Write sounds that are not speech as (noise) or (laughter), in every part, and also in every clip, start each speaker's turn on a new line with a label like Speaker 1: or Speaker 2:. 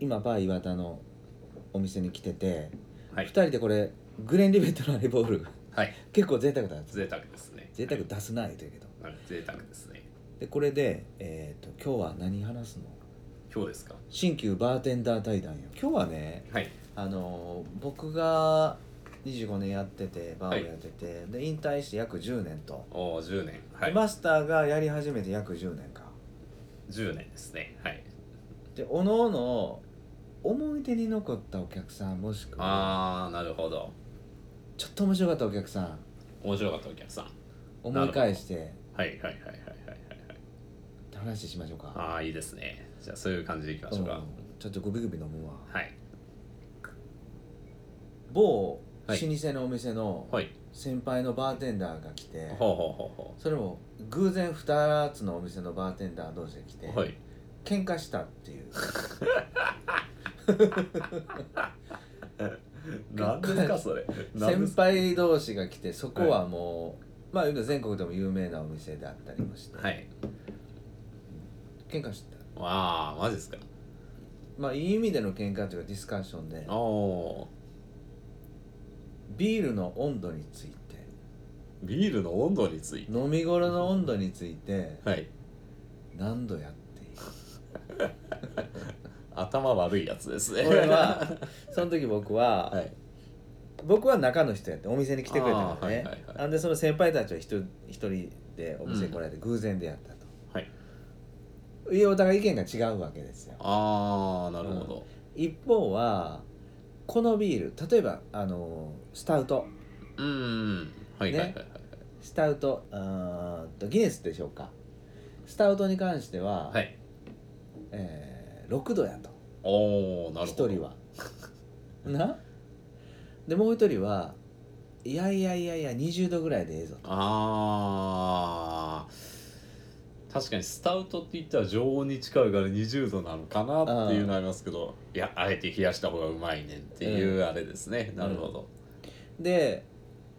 Speaker 1: 今バー岩田のお店に来てて、
Speaker 2: はい
Speaker 1: 2人でこれグレン・リベットのハイボール
Speaker 2: はい
Speaker 1: 結構贅沢だ
Speaker 2: 贅沢ですね
Speaker 1: 贅沢出すな言うてるけど
Speaker 2: はい贅沢ですね
Speaker 1: でこれで、えー、と今日は何話すの
Speaker 2: 今日ですか
Speaker 1: 新旧バーテンダー対談よ今日はね
Speaker 2: はい
Speaker 1: あのー僕が25年やっててバーをやってて、で引退して約10年と、
Speaker 2: おー10年は
Speaker 1: で
Speaker 2: い
Speaker 1: マスターがやり始めて約10年か
Speaker 2: 10年ですねはい
Speaker 1: でおのおの思い出に残ったお客さんもしくは
Speaker 2: ああなるほど
Speaker 1: ちょっと面白かったお客さん
Speaker 2: 面白かったお客さん
Speaker 1: 思い返して
Speaker 2: はいはいはいはいはいはいはい
Speaker 1: って話しましょうか
Speaker 2: ああいいですねじゃあそういう感じでいきましょう
Speaker 1: う
Speaker 2: か
Speaker 1: んちょっとグビグビ飲むわ
Speaker 2: はい
Speaker 1: 某老
Speaker 2: はい
Speaker 1: 舗のお店の
Speaker 2: はい
Speaker 1: 先輩のバーテンダーが来て、
Speaker 2: ほうほうほ
Speaker 1: それも偶然2つのお店のバーテンダー同士で来
Speaker 2: う
Speaker 1: て、
Speaker 2: ほうはい
Speaker 1: 喧嘩したって (laughs) いう
Speaker 2: 何で
Speaker 1: (laughs)
Speaker 2: すかそれ何で
Speaker 1: 先
Speaker 2: す
Speaker 1: 輩同士が来てそこはもう、まあ言うたら全国でも有名なお店であったりもして、
Speaker 2: はい
Speaker 1: 喧嘩した
Speaker 2: わあマジですか
Speaker 1: まあいい意味での喧嘩というかディスカッションで
Speaker 2: おお
Speaker 1: ビールの温度について
Speaker 2: ービールの温度について
Speaker 1: 飲み頃の温度について
Speaker 2: はい
Speaker 1: 何度やっていい
Speaker 2: 頭悪いやつですね
Speaker 1: 俺はその時僕は、
Speaker 2: (laughs) はい
Speaker 1: 僕は中の人やってお店に来てくれたからね
Speaker 2: あーはいはいはい
Speaker 1: なんでその先輩たちは一人一人でお店に来られて偶然出会ったと、
Speaker 2: はい
Speaker 1: いやお互い意見が違うわけですよ
Speaker 2: ああなるほど、
Speaker 1: 一方はこのビール例えばあのスタウト
Speaker 2: うん、はいはいはいはい、
Speaker 1: スタウトあーっとギネスでしょうかスタウトに関しては、
Speaker 2: はい
Speaker 1: えー6度やと
Speaker 2: おおなるほど
Speaker 1: 一人は (laughs) なでもう一人はいやいやいやいや20度ぐらいでええぞと
Speaker 2: あー確かにスタウトって言ったら常温に近いから20度なのかなっていうのありますけどいやあえて冷やした方がうまいねんっていうあれですね、なるほど、
Speaker 1: で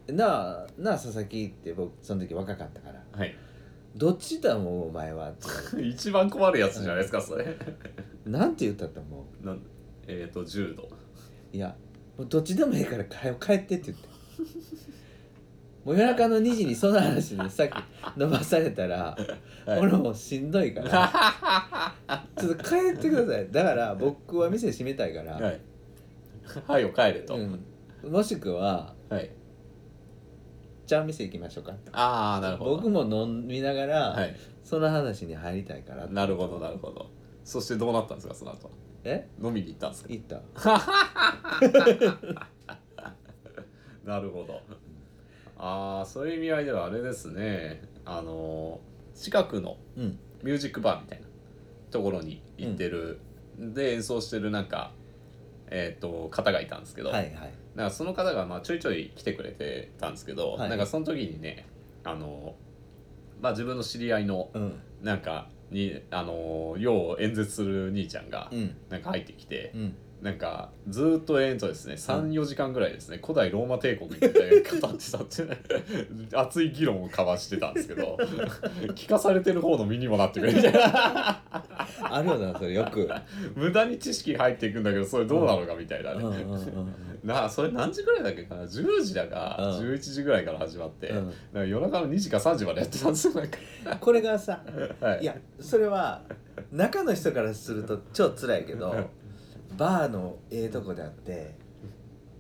Speaker 1: なあなあ佐々木って僕その時若かったから
Speaker 2: はい (laughs)
Speaker 1: どっちだもうお前はって
Speaker 2: 一番困るやつじゃないですかそれ (laughs)
Speaker 1: なんて言ったっても
Speaker 2: なんえっ、と10度
Speaker 1: ういやもうどっちでもいいから帰帰ってって言ってもう夜中の2時にその話
Speaker 2: (laughs)
Speaker 1: にさっき伸ばされたら、
Speaker 2: はい
Speaker 1: 俺もうしんどいから
Speaker 2: (laughs)
Speaker 1: ちょっと帰ってくださいだから僕は店閉めたいから、
Speaker 2: はい (laughs) はいよ帰れと、
Speaker 1: うん、もしくは
Speaker 2: はい
Speaker 1: じゃあ店行きましょうか
Speaker 2: ああなるほど
Speaker 1: 僕も飲みながら、
Speaker 2: はい
Speaker 1: その話に入りたいから
Speaker 2: なるほどなるほどそしてどうなったんですかその後
Speaker 1: え
Speaker 2: 飲みに行ったんですか
Speaker 1: 行った
Speaker 2: なるほど。ああそういう意味合いではあれですねあのー近くの
Speaker 1: うん
Speaker 2: ミュージックバーみたいなところに行ってる、で演奏してるなんかえっ、と方がいたんですけど、
Speaker 1: はいはい
Speaker 2: なんかその方がまあちょいちょい来てくれてたんですけど、
Speaker 1: はい
Speaker 2: なんかその時にねあのーまあ自分の知り合いの
Speaker 1: うん
Speaker 2: なんかにあのーよう演説する兄ちゃんが
Speaker 1: うん
Speaker 2: なんか入ってきて、
Speaker 1: うん
Speaker 2: なんかずーっと延々とですね34時間ぐらいですね古代ローマ帝国みたいな語ってたってね熱い議論を交わしてたんです
Speaker 1: (laughs)
Speaker 2: けど聞かされてる方の身にもなってくれみたいな
Speaker 1: あるよなそれよく
Speaker 2: 無駄に知識入っていくんだけどそれどうなのかみたいな
Speaker 1: うん
Speaker 2: ね、
Speaker 1: うんうんうん
Speaker 2: なあそれ何時ぐらいだっけかな10時だか、
Speaker 1: うん
Speaker 2: 11時ぐらいから始まって、
Speaker 1: うん
Speaker 2: なんか夜中の2時か3時までやってたんですよなんか、
Speaker 1: これがさ
Speaker 2: はい、
Speaker 1: いやそれは中の人からすると超辛いけどバーのええとこであって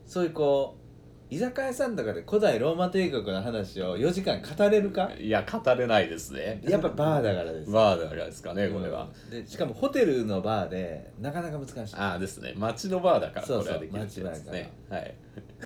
Speaker 1: そういうこう居酒屋さんとかで古代ローマ帝国の話を4時間語れるか
Speaker 2: いや語れないですね
Speaker 1: やっぱバーだからです
Speaker 2: まあだからですかねこれは、
Speaker 1: うんでしかもホテルのバーでなかなか難しい
Speaker 2: ああですね町のバーだから
Speaker 1: そう
Speaker 2: こ
Speaker 1: そう
Speaker 2: れはできるってやつですね
Speaker 1: 街
Speaker 2: はい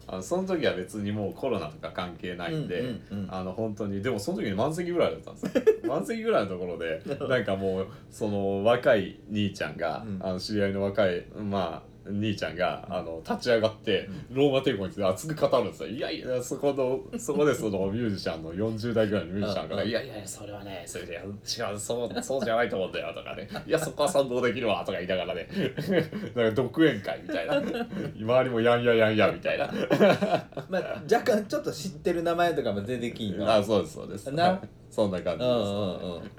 Speaker 2: あのその時は別にもうコロナとか関係ないんで、
Speaker 1: うんうんうん
Speaker 2: あの本当にでもその時に満席ぐらいだったんですよ
Speaker 1: (laughs)
Speaker 2: 満席ぐらいのところでなんかもうその若い兄ちゃんが、
Speaker 1: うん
Speaker 2: あの知り合いの若いまあ兄ちゃんがあの立ち上がってローマ帝国について熱く語るんですよ。いやいやそこのそこでそのミュージシャンの40代ぐらいのミュージシャンが「
Speaker 1: うん
Speaker 2: いやいやいやそれはねそれで違うそうそうじゃないと思うんだよ」
Speaker 1: (laughs)
Speaker 2: とかね「いやそこは賛同できるわ」とか言いながらねなんか独演会みたいな周りも「やんややんや」みたいな
Speaker 1: まあ若干ちょっと知ってる名前とかも出てきんの
Speaker 2: あそうですそうです
Speaker 1: な
Speaker 2: そんな感じ
Speaker 1: う
Speaker 2: です、
Speaker 1: んうんうん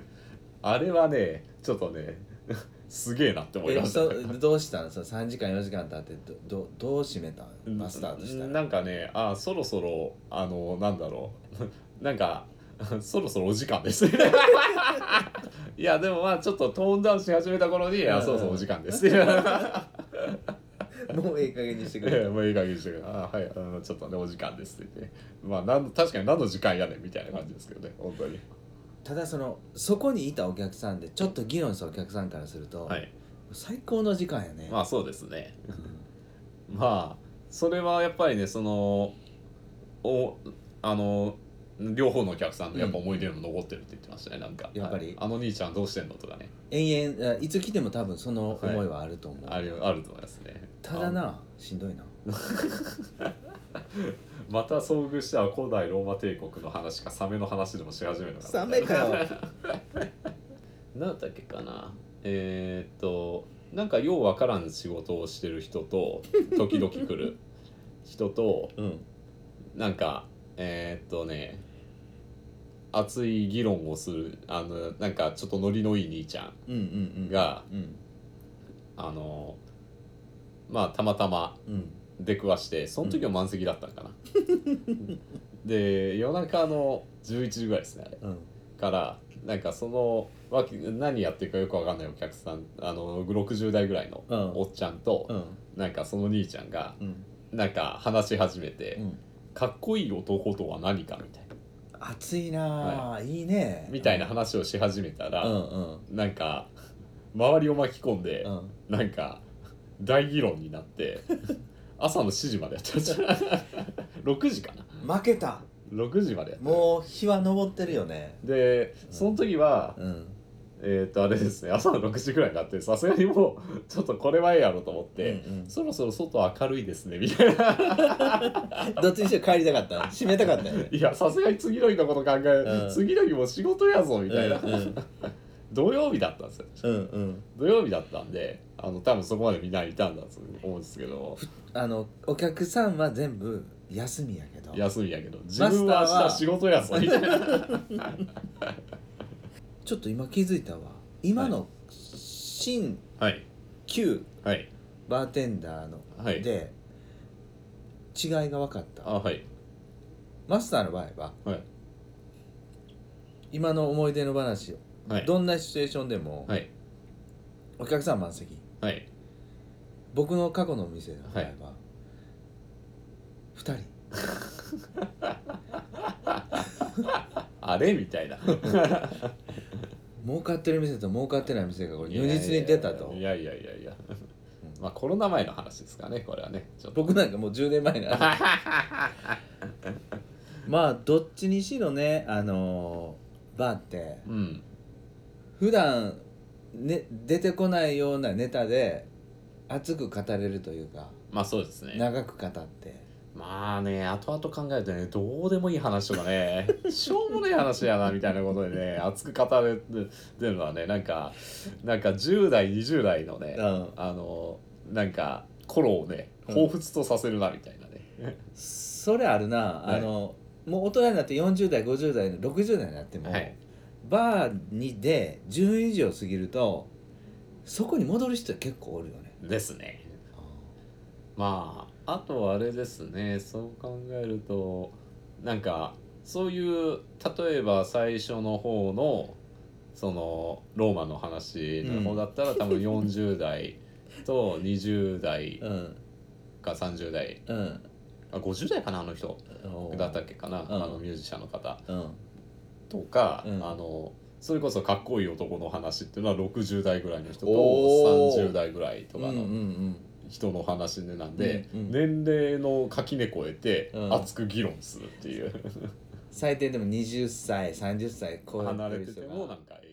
Speaker 2: あれはねちょっとね (laughs) すげえなって思い
Speaker 1: え
Speaker 2: ました
Speaker 1: そどうしたんその3時間4時間経ってどどどう締めたんマスターとした
Speaker 2: な
Speaker 1: ら
Speaker 2: んかねあそろそろあのなんだろう (laughs) なんかそろそろお時
Speaker 1: (laughs)
Speaker 2: 間ですいやでもまあちょっとトーンダウンし始めた頃に「
Speaker 1: うん
Speaker 2: あ
Speaker 1: うん
Speaker 2: そろそろお時間 (laughs) です」いや
Speaker 1: もういい加減にしてくれ
Speaker 2: もういい加減にしてくれあはいあのちょっとねお時間です」って言ってまあなん確かに何の時間やねんみたいな感じですけどね本当に
Speaker 1: ただそのそこにいたお客さんでちょっと議論したお客さんからすると、
Speaker 2: はい
Speaker 1: 最高の時間やね、
Speaker 2: まあそうですね
Speaker 1: うん
Speaker 2: まあそれはやっぱりねそのおあの両方のお客さんのやっぱ思い出にも残ってるって言ってましたね、なんか
Speaker 1: やっぱり
Speaker 2: ああの兄ちゃんどうしてんのとかね
Speaker 1: 延々あいつ来ても多分その思いはあると思う、
Speaker 2: あるあると思いますね
Speaker 1: ただなしんどいな
Speaker 2: あまた遭遇したら古代ローマ帝国の話かサメの話でもし始めるのかな
Speaker 1: メかよ
Speaker 2: 何だったっけかなえーっとなんかようわからん仕事をしてる人と時々来る人と
Speaker 1: (laughs) うん
Speaker 2: なんかえーっとね熱い議論をするあのなんかちょっとノリのいい兄ちゃん
Speaker 1: うんうんうん
Speaker 2: が
Speaker 1: うん
Speaker 2: あのまあたまたま
Speaker 1: うん
Speaker 2: 出くわしてその時は満席だったんか
Speaker 1: (laughs)
Speaker 2: な、で夜中の11時ぐらいですねあれ
Speaker 1: うん
Speaker 2: からなんかそのわけ何やってるかよくわかんないお客さんあの60代ぐらいの
Speaker 1: うん
Speaker 2: おっちゃんと、
Speaker 1: うん
Speaker 2: なんかその兄ちゃんが
Speaker 1: うん
Speaker 2: なんか話し始めて、
Speaker 1: うん
Speaker 2: かっこいい男とは何かみたいな
Speaker 1: 暑いなあいいね
Speaker 2: みたいな話をし始めた
Speaker 1: う
Speaker 2: ら、
Speaker 1: んうん
Speaker 2: なんか周りを巻き込んで
Speaker 1: う、ん
Speaker 2: なんか大議論になって (laughs) 朝の7時までやってま (laughs) した6時かな
Speaker 1: 負けた
Speaker 2: 6時までやってた
Speaker 1: もう日は昇ってるよね
Speaker 2: でその時は、
Speaker 1: うん
Speaker 2: えーっとあれですね朝の6時ぐらいになってさすがにもうちょっとこれはええやろと思って、
Speaker 1: うんうん
Speaker 2: そろそろ外明るいですねみたいな
Speaker 1: どっちにしろ帰りたか
Speaker 2: (laughs)
Speaker 1: った締めたかったよね
Speaker 2: いやさすがに次の日のこと考え、
Speaker 1: うん
Speaker 2: 次の日も仕事やぞみたいな、
Speaker 1: うんうん
Speaker 2: 土曜日だったんですよ
Speaker 1: うんうん
Speaker 2: 土曜日だったんであの多分そこまでみんないたんだと思うんですけど
Speaker 1: あのお客さんは全部休みやけど
Speaker 2: 休みやけど自分は明日仕事
Speaker 1: (laughs)
Speaker 2: やぞみたいな
Speaker 1: ちょっと今気づいたわ今の新
Speaker 2: はい
Speaker 1: 旧
Speaker 2: はい
Speaker 1: バーテンダーの
Speaker 2: はい
Speaker 1: で違いが分かった
Speaker 2: あはい
Speaker 1: マスターの場合は
Speaker 2: はい
Speaker 1: 今の思い出の話を
Speaker 2: はい
Speaker 1: どんなシチュエーションでも
Speaker 2: はい
Speaker 1: お客さん満席
Speaker 2: はい
Speaker 1: 僕の過去の店の場合は2人
Speaker 2: あれみたいな
Speaker 1: 儲かってる店と儲かってない店がこれ (laughs) 如実に出たと
Speaker 2: いやいやいやいや (laughs)
Speaker 1: うん
Speaker 2: まあコロナ前の話ですからねこれはねちょっと
Speaker 1: 僕なんかもう10年前なんで
Speaker 2: (laughs)
Speaker 1: まあどっちにしろねあのーバーって
Speaker 2: うん
Speaker 1: 普段ね出てこないようなネタで熱く語れるというか
Speaker 2: まあそうですね
Speaker 1: 長く語って
Speaker 2: まあね後々考えるとねどうでもいい話と
Speaker 1: (laughs)
Speaker 2: かねしょうもない話やなみたいなことでね熱く語れてるのはねなんかなんか10代20代のね
Speaker 1: うん
Speaker 2: あのなんか頃をね彷彿とさせるなみたいなね、
Speaker 1: それあるなあの、もう大人になって40代50代60代になっても、
Speaker 2: はい
Speaker 1: バーにで10以上過ぎるとそこに戻る人結構おるよね
Speaker 2: ですねまああとあれですねそう考えるとなんかそういう例えば最初の方のそのローマの話の方だったら、多分40代と20代
Speaker 1: うん
Speaker 2: か30代
Speaker 1: うん
Speaker 2: あ50代かなあの人
Speaker 1: おー
Speaker 2: だったっけかな、
Speaker 1: ん
Speaker 2: あのミュージシャンの方
Speaker 1: うん
Speaker 2: とか、
Speaker 1: うん
Speaker 2: あのそれこそかっこいい男の話っていうのは60代ぐらいの人と
Speaker 1: おー
Speaker 2: 30代ぐらいとか
Speaker 1: うんう
Speaker 2: の
Speaker 1: ん
Speaker 2: 人の話でなんで、
Speaker 1: うんうん
Speaker 2: 年齢の垣根超えて
Speaker 1: うん
Speaker 2: 熱く議論するっていう、
Speaker 1: 最低でも20歳30歳超えてる人が
Speaker 2: 離れててもなんかええ